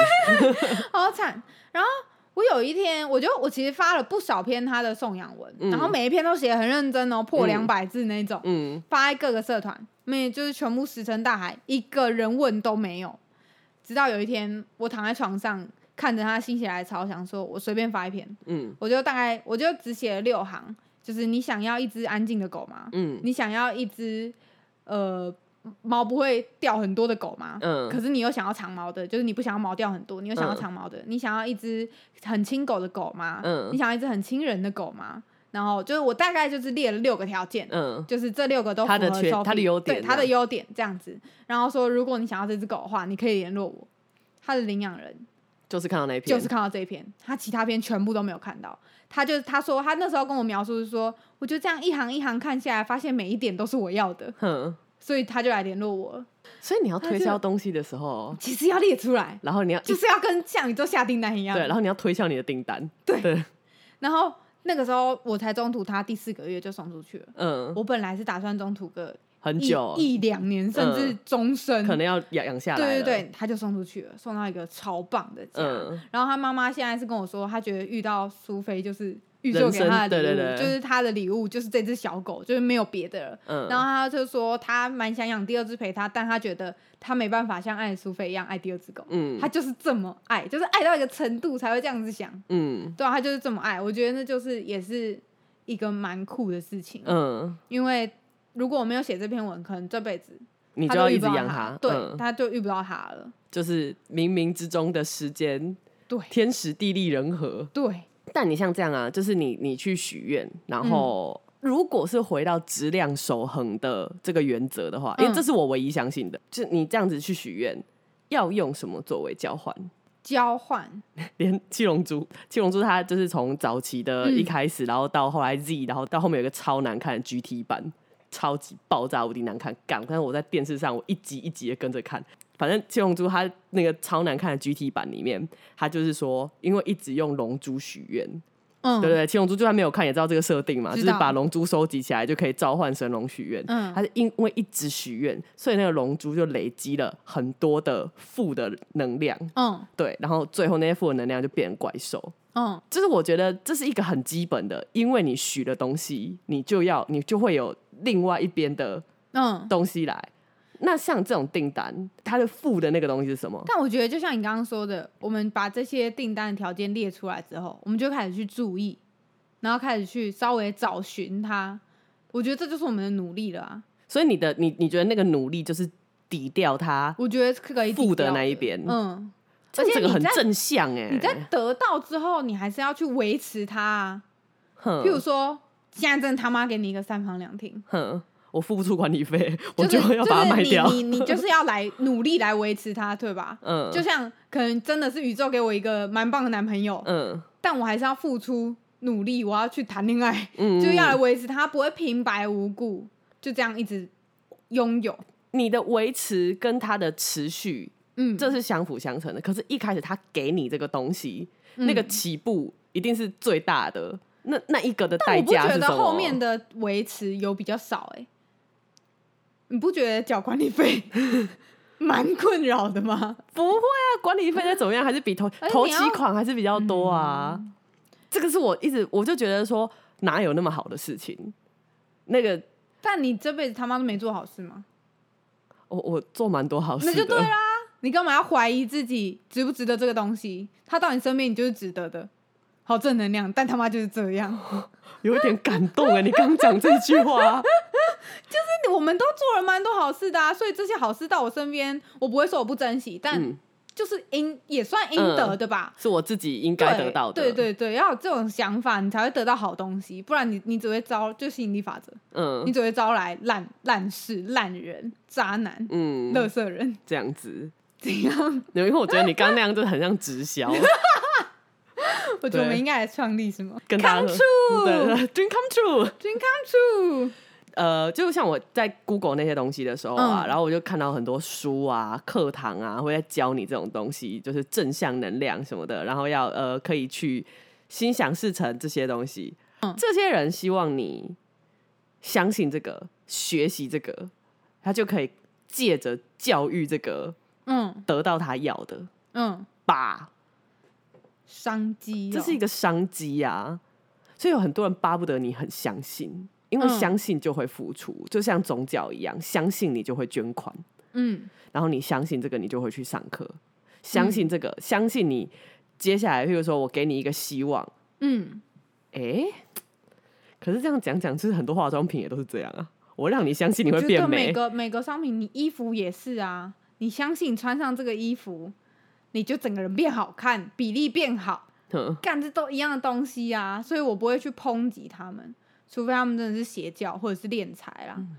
好惨。然后我有一天，我就我其实发了不少篇他的送养文，
嗯
然后每一篇都写得很认真哦，破
嗯
两百字那种，
嗯，
发在各个社团，没就是全部石沉大海，一个人问都没有。直到有一天，我躺在床上看着他心血来潮，想说我随便发一篇，
嗯
我就大概我就只写了六行，就是你想要一只安静的狗吗？
嗯
你想要一只呃毛不会掉很多的狗吗？
嗯，
可是你又想要长毛的，就是你不想要毛掉很多，你又想要
嗯
长毛的，你想要一只很亲狗的狗吗？
嗯
你想要一只很亲人的狗吗？然后就是我大概就是列了六个条件，
嗯
就是这六个都符合
它的缺
Sophie，
它的优点
对
这样
它的优点这样子。然后说，如果你想要这只狗的话，你可以联络我。他的领养人
就是看到那一篇，
就是看到这一篇，他其他篇全部都没有看到。他就他说他那时候跟我描述是说，我就这样一行一行看下来，发现每一点都是我要的，
哼，
所以他就来联络我了。
所以你要
它
推
就
销东西的时候，
其实要列出来，
然后你要一
就是要跟像宇宙下订单一样。
对，然后你要推销你的订单，
对
对，
然后那个时候我才中途他第四个月就送出去了。
嗯，
我本来是打算中途个
很
一
久，
一两年，甚至
嗯
终身。
可能要养养下来
对对
了，
对，他就送出去了，送到一个超棒的家。
嗯
然后他妈妈现在是跟我说，他觉得遇到苏菲就是预售给
人生
他的礼物，
对对对
就是他的礼物就是这只小狗，就是没有别的了。
嗯，
然后他就说他蛮想养第二只陪他，但他觉得他没办法像爱苏菲一样爱第二只狗，
嗯
他就是这么爱，就是爱到一个程度才会这样子想。
嗯
对啊，他就是这么爱，我觉得那就是也是一个蛮酷的事情，
嗯，
因为如果我没有写这篇文，可能这辈子
你
他
就要
遇
一
不
直
到
养
它，对，
嗯，
他就遇不到他了，
就是冥冥之中的时间，
对
天时地利人和。
对。
但你像这样啊，就是你你去许愿，然后
嗯
如果是回到质量守恒的这个原则的话，因
嗯
为这是我唯一相信的，就你这样子去许愿，要用什么作为交换？
交换，
连七龙珠，七龙珠它就是从早期的
嗯
一开始，然后到后来 Z，然后到后面有一个超难看的 GT 版，超级爆炸无敌难看，干！但是我在电视上我一集一集的跟着看。反正七龙珠它那个超难看的 GT 版里面，它就是说，因为一直用龙珠许愿，
嗯，
对不对？七龙珠就算没有看也知道这个设定嘛，就
知
是
道
把龙珠收集起来就可以召唤神龙许愿。
嗯
它是因为一直许愿，所以那个龙珠就累积了很多的负的能量，
嗯
对，然后最后那些负的能量就变成怪兽。
嗯
就是我觉得这是一个很基本的，因为你许的东西，你就要你就会有另外一边的
嗯。
东西来。那像这种订单，它的付的那个东西是什么？
但我觉得，就像你刚刚说的，我们把这些订单的条件列出来之后，我们就开始去注意，然后开始去稍微找寻它。我觉得这就是我们的努力了啊！
所以你的你你觉得那个努力就是抵掉它，
我觉得可以抵
负的
掉
那一边
嗯，
这
而且
这个
你
很
在
正向哎、
你在得到之后，你还是要去维持它啊。
哼
譬如说，现在真的他妈给你一个三房两厅，
哼，我付不出管理费，我
就是
要把它卖掉。
就是、你你你就是要来努力来维持它，对吧？
嗯，
就像可能真的是宇宙给我一个蛮棒的男朋友，
嗯
但我还是要付出努力，我要去谈恋爱，
嗯，
就是要来
嗯
维持它，不会平白无故就这样一直拥有。
你的维持跟它的持续，
嗯，
这是相辅相成的。可是，一开始他给你这个东西，
嗯
那个起步一定是最大的，那那一个的
但
代
我不
价
觉
是什
得
么？
后面的维持有比较少哎、欸你不觉得缴管理 费蛮困扰的吗？
不会啊，管理费再怎么样还是比投
而且
投
哎你
期
要嗯
款还是比较多啊。这个是我一直我就觉得说哪有那么好的事情？那个
但你这辈子他妈都没做好事吗？
我我做蛮多哦好事的，
那就对啊啦，你干嘛要怀疑自己值不值得这个东西？他到你身边，你就是值得的，好正能量。但他妈就是这样，
有一点感动哎、你刚讲这句 话，
但我们都做了蛮多好事的啊，所以这些好事到我身边，我不会说我不珍惜，但
嗯，
就是应也算应得的吧。
是我自己应该得到的，
对，对对对，要有这种想法，你才会得到好东西，不然你你只会招就吸引力法则，
嗯
你只会招来烂烂事、烂人、渣男、
嗯，
乐色人，
这样子，
怎样？
因为我觉得你刚刚那样就很像直销，
我觉得我们
对
应该来创立什么
跟大家
Come
说
True，
对对，dream come true。
Dream Come True，
呃，就像我在 Google 那些东西的时候啊，
嗯
然后我就看到很多书啊、课堂啊，会在教你这种东西，就是正向能量什么的，然后要呃可以去心想事成这些东西。
嗯
这些人希望你相信这个、学习这个，他就可以借着教育这个
嗯
得到他要的
嗯，
吧？
商机、
这是一
个，
个商机啊，所以有很多人巴不得你很相信。因为
嗯
相信就会付出，就像宗教一样，相信你就会捐款。
嗯
然后你相信这个，你就会去上课，相信这个，相信你接下来，譬如说我给你一个希望，
嗯，
诶，可是这样讲讲，就是很多化妆品也都是这样啊。我让你相信你
我
会
觉
变
得
美
每，个每个商品，你衣服也是啊，你相信穿上这个衣服，你就整个人变好看，比例变好，
哼
干这都一样的东西啊，所以我不会去抨击他们，除非他们真的是邪教或者是敛财啦。
嗯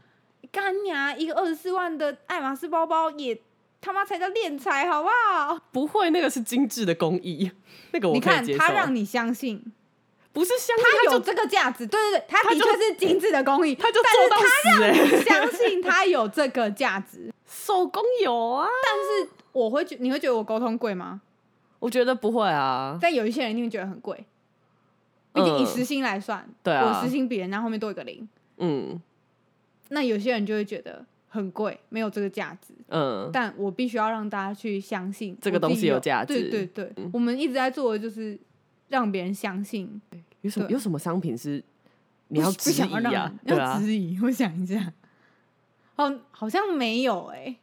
干你啊，一个二十四万的爱马仕包包也他妈才叫敛财，好不好？
不会，那个是精致的工艺，那个我
你
可
看
以接受。
他让你相信，
不是相信，
他
他
有
就
这个价值，对对对，他
他
的
就
确是精致的工艺，
他就做到死、欸，
但是相信他有这个价值。
手工有啊，
我会觉，你会觉得我沟通贵吗？
我觉得不会啊，
但有一些人一定会觉得很贵，毕
嗯
竟以时薪来算，
对啊
我时薪比人家后面多一个零，
嗯
那有些人就会觉得很贵，没有这个价值。
嗯，
但我必须要让大家去相信
这个
我自己
东西有价值嗯
对对对，我们一直在做的就是让别人相信。
有什么
对
有什么商品是你要
不不
质
想要
疑啊
让？
对
要
啊，
质疑，我想一下，哦，好像没有哎、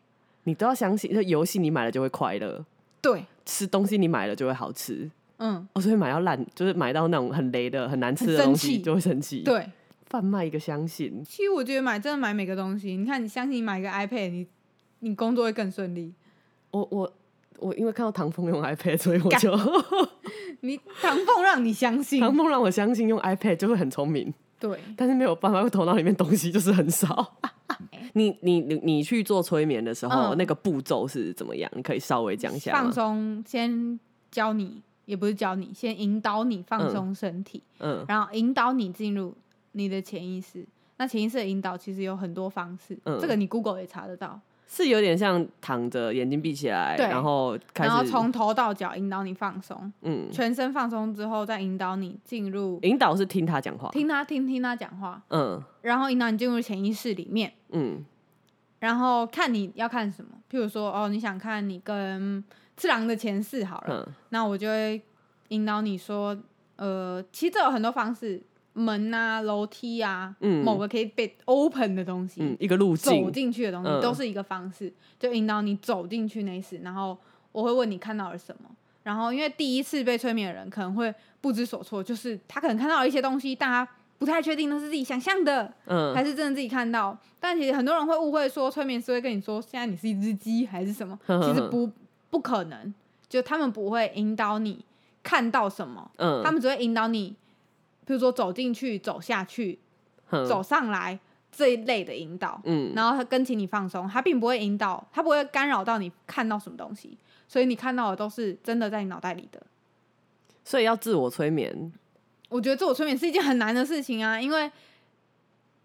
你都要相信，那游戏你买了就会快乐。
对，
吃东西你买了就会好吃，
嗯，
哦，所以买到烂就是买到那种很雷的、很难吃
很
的
生
东西
气
就会生气。，
对。
贩卖一个相信，
其实我觉得买真的买每个东西，你看你相信你买一个 iPad，你你工作会更顺利。
我我我因为看到唐风用 iPad，所以我
干
就
你唐凤让你相信，
唐风让我相信用 iPad 就会很聪明，
对，
但是没有办法，因为头脑里面东西就是很 少。你你你你去做催眠的时候，
嗯
那个步骤是怎么样？你可以稍微讲一下
放
吗？
松，先教你，也不是教你，先引导你放松身体，
嗯
然后引导你进入你的潜意识。那潜意识的引导其实有很多方式，
嗯
这个你 Google 也查得到。
是有点像躺着，眼睛闭起来，
对
然后开
然后
始
从头到脚引导你放松，
嗯，
全身放松之后，再引导你进入
引导是听他讲话，
听他听听他讲话，
嗯
然后引导你进入潜意识里面。
嗯
然后看你要看什么，譬如说哦，你想看你跟次郎的前世好了，
嗯
那我就会引导你说，呃，其实这有很多方式，门啊、楼梯啊，
嗯
某个可以被 open 的东西，
嗯，一个路
走
径，
进去的东西、
嗯
都是一个方式，就引导你走进去那一世，然后我会问你看到了什么。然后，因为第一次被催眠的人可能会不知所措，就是他可能看到了一些东西，但他不太确定那是自己想象的，
嗯
还是真的自己看到。但其实很多人会误会说，催眠师会跟你说，现在你是一只鸡还是什么？
呵呵呵
其实不不可能，就他们不会引导你看到什么，
嗯，
他们只会引导你，比如说走进去、走下去、
哼
走上来这一类的引导。
嗯
然后他跟请你放松，他并不会引导，他不会干扰到你看到什么东西，所以你看到的都是真的在你脑袋里的。
所以要自我催眠，
我觉得自我催眠是一件很难的事情啊，因为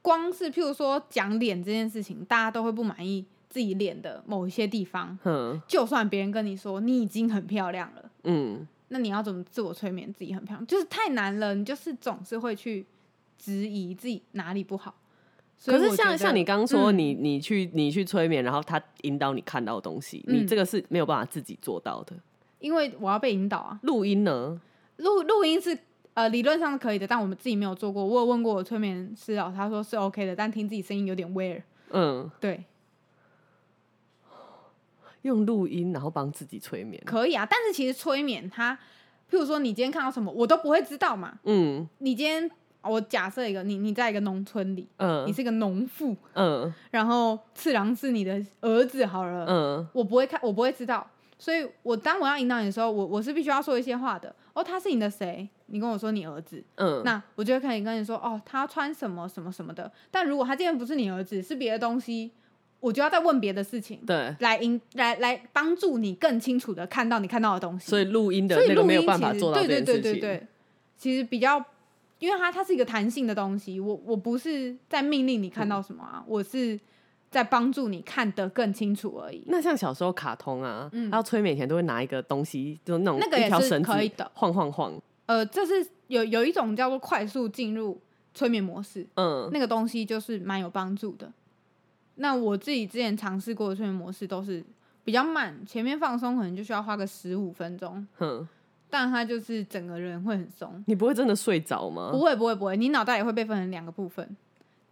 光是譬如说讲脸这件事情，大家都会不满意自己脸的某一些地方。
哼
就算别人跟你说你已经很漂亮了，
嗯
那你要怎么自我催眠自己很漂亮？就是太难了，你就是总是会去质疑自己哪里不好。所以
可
我
是
觉
像
得
像你刚刚说，
嗯
你你去你去催眠，然后他引导你看到的东西，你
嗯
这个是没有办法自己做到的。
因为我要被引导啊，
录音呢？
录录音是呃理论上是可以的，但我们自己没有做过。我有问过我催眠师老师，他说是 OK 的，但听自己声音有点 weird。
嗯，
对，
用录音然后帮自己催眠。
可以啊，但是其实催眠它，譬如说你今天看到什么，我都不会知道嘛。
嗯
你今天我假设一个，你你在一个农村里，你
嗯
是一个农妇，
嗯
然后次郎是你的儿子好了，
嗯
我不会看，我不会知道。所以我当我要引导你的时候，我我是必须要说一些话的。哦，他是你的谁？你跟我说你儿子，
嗯，
那我就可以跟你说，哦，他穿什么什么什么的。但如果他今天不是你儿子，是别的东西，我就要再问别的事情，
对，
来引来来帮助你更清楚的看到你看到的东西。
所以录音的
所以
那
录音
个没有办法
其实
做到这
对
件事
对
情。
对对对，其实比较，因为它它是一个弹性的东西，我我不是在命令你看
嗯
到什么啊，我是在帮助你看得更清楚而已。
那像小时候卡通啊，
嗯
然后催眠前都会拿一个东西，就那种
那个也
一条
是
绳子
可以的
晃晃晃，
呃，这是有有一种叫做快速进入催眠模式，
嗯
那个东西就是蛮有帮助的。那我自己之前尝试过的催眠模式都是比较慢，前面放松可能就需要花个十五分钟，
哼，
但它就是整个人会很松。
你不会真的睡着吗？
不会不会不会，你脑袋也会被分成两个部分。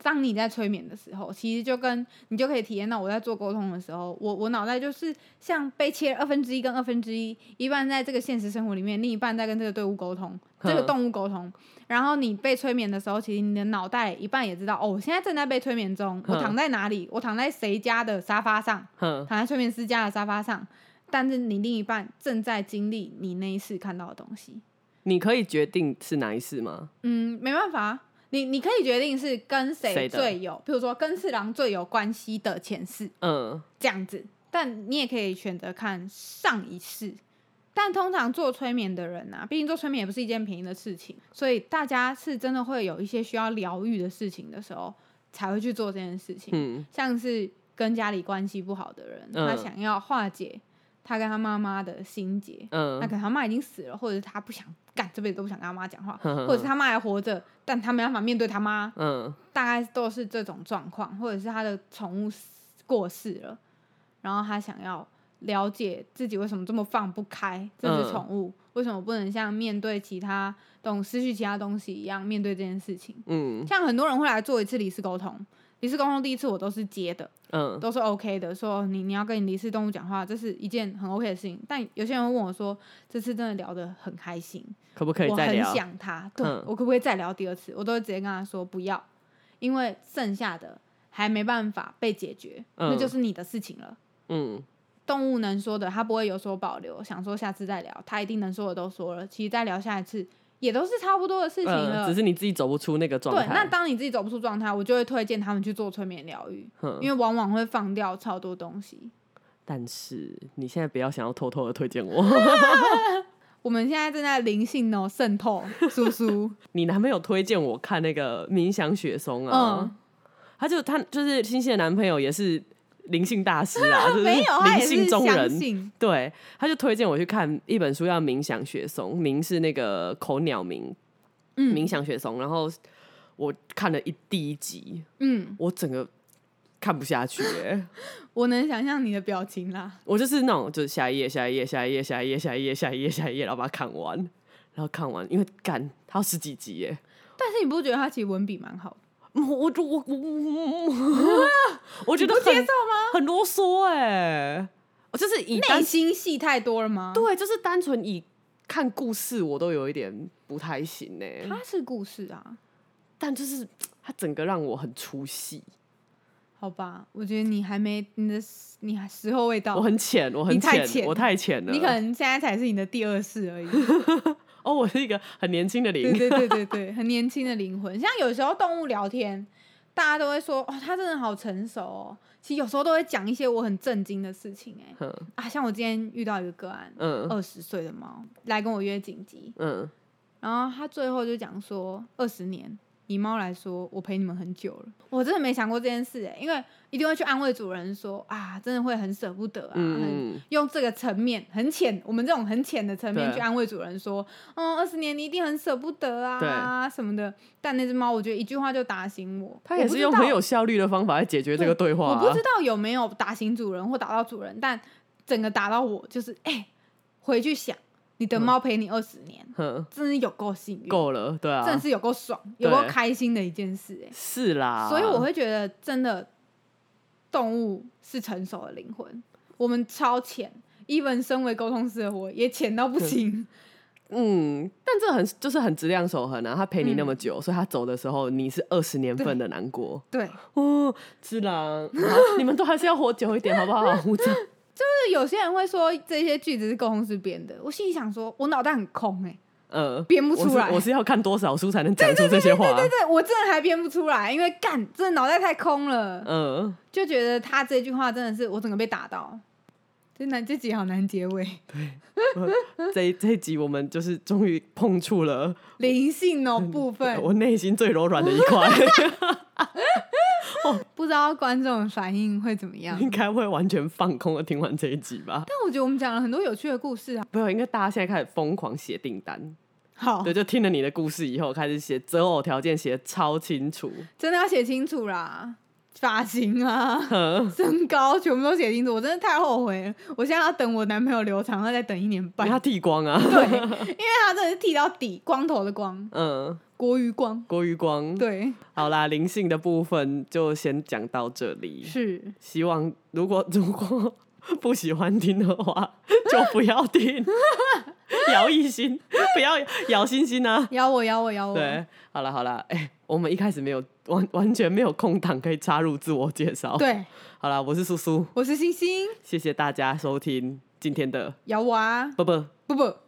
当你在催眠的时候，其实就跟你就可以体验到我在做沟通的时候，我我脑袋就是像被切二分之一跟二分之一，一半在这个现实生活里面，另一半在跟这个队伍沟通，这个
嗯
动物沟通。然后你被催眠的时候，其实你的脑袋一半也知道，哦，我现在正在被催眠中，我
嗯
躺在哪里，我躺在谁家的沙发上，
哼，
躺在催眠师家的沙发上。但是你另一半正在经历你那一世看到的东西，
你可以决定是哪一世吗？
嗯，没办法，你你可以决定是跟谁
谁的
最有，比如说跟四郎最有关系的前世
嗯，
这样子，但你也可以选择看上一世。但通常做催眠的人啊，毕竟做催眠也不是一件便宜的事情，所以大家是真的会有一些需要疗愈的事情的时候才会去做这件事情。
嗯
像是跟家里关系不好的人，
嗯
他想要化解他跟他妈妈的心结，
嗯
那可能他妈已经死了，或者是他不想干，这辈子都不想跟他妈讲 话，
哼哼
或者是他妈还活着，但他没办法面对他妈，
嗯
大概都是这种状况，或者是他的宠物死过世了，然后他想要了解自己为什么这么放不开这只
嗯
宠物，为什么不能像面对其他懂失去其他东西一样面对这件事情。
嗯
像很多人会来做一次离世沟通，离世沟通第一次我都是接的，
嗯
都是 OK 的，说哦你你要跟你离世动物讲话，这是一件很 OK 的事情。但有些人会问我说，这次真的聊得很开心，
可不可以
我
再
很
聊？
想他，对、
嗯
我可不可以再聊第二次？我都会直接跟他说不要，因为剩下的还没办法被解决，那
嗯
就是你的事情了。
嗯
动物能说的，它不会有所保留，想说下次再聊，它一定能说的都说了。其实再聊下一次也都是差不多的事情了，
嗯，只是你自己走不出那个状
对，
态。
那当你自己走不出状态，我就会推荐他们去做催眠疗愈，
嗯
因为往往会放掉超多东西。
但是你现在不要想要偷偷的推荐 我，
我们现在正在灵性哦渗透，叔叔，
你男朋友推荐我看那个《冥想雪松》啊，
嗯
他就他就是新鲜的男朋友也是灵性大师 啊，就是
没有，他
灵
也是
性中
相
人，
信，
对，他就推荐我去看一本书，叫《冥想雪松》，冥是那个口鸟鸣，
嗯
冥想雪松。然后我看了一第一集，
嗯，
我整个看不下去、欸，
我能想象你的表情啦，
我就是那种就是下一页、下一页、下一页、下一页、下一页、下一页、下一页，然后把它看完，然后看完，因为干它要十几集耶、
但是你不觉得他其实文笔蛮好的？
嗯我我我我我我觉得很
接受
吗？很啰嗦哎、我就是以单
内心戏太多了吗？，
对，就是单纯以看故事，我都有一点不太行呢、
他是故事啊，
但就是它整个让我很出戏，
好吧，我觉得你还没你的你还时候未到
我，很浅，我很
你太
浅，
浅
我太浅了。
你可能现在才是你的第二世而已。
哦，我是一个很年轻的
对
零，
对对对对，很年轻的灵魂。像有时候动物聊天，大家都会说哦，他真的好成熟哦。其实有时候都会讲一些我很震惊的事情、哎
嗯
啊，像我今天遇到一个个案，
嗯
二十岁的猫来跟我约紧急，
嗯
然后他最后就讲说二十年，以猫来说，我陪你们很久了，我真的没想过这件事、欸，因为一定会去安慰主人说啊，真的会很舍不得啊，很
嗯，
用这个层面很浅，我们这种很浅的层面
对
去安慰主人说，嗯，二十年你一定很舍不得啊，什么的。但那只猫，我觉得一句话就打醒我，
他也
我不
是
知
用
道
很有效率的方法来解决这个对话、
我
啊。
不知道有没有打醒主人或打到主人，但整个打到我就是，哎、回去想，你的猫陪你二十年，
哼，
真是有够幸运，
嗯够了，对
真的
啊，
是有够爽，有够
对
开心的一件事、哎。
是啦，
所以我会觉得，真的动物是成熟的灵魂，我们超浅。even 身为沟通师的我，也浅到不行。
嗯，但这很就是很质量守恒啊。他陪你那么久，所以他走的时候你是二十年份的难过。
嗯对，
哦，是啦，嗯好你们都还是要活久一 点，好不好？胡长，
就是有些人会说这些句子是沟通师编的，我心里想说，我脑袋很空哎、
呃，
编不
我
出
是
来。
我是要看多少书才能讲出这些话？
对对，我真的还编不出来，因为干，真的脑袋太空了，
嗯，
就觉得他这句话真的是我整个被打到。真难，这集好难结尾，
这一这一集我们就是终于碰触了
灵性哦部分，
我内心最柔软的一 块，
不知道观众反应会怎么 样。
应该会完全放空的听完这一集吧。
但我觉得我们讲了很多有趣的故事啊。
没有，应该大家现在开始疯狂写订单，
好，
对，就听了你的故事以后，开始写择偶条件，写得超清楚。
真的要写清楚啦，发型啊、身高全部都写清楚。我真的太后悔了，我现在要等我男朋友留长，要再等一年半
把。它剃光啊，
对，因为他真的是剃到底，光头的光，
嗯，
国余光。
郭玉光，
对，
好啦，灵性的部分就先讲到这里。
是
希望如果如果不喜欢听的话，就不要听。 摇一心，不要摇星星啊！
咬我咬我咬我。
对，好了好了，哎、我们一开始没有完完全没有空档可以插入自我介绍。，
对，
好了，我是苏苏，
我是星星，
谢谢大家收听今天的
咬我啊！
不不。
不不。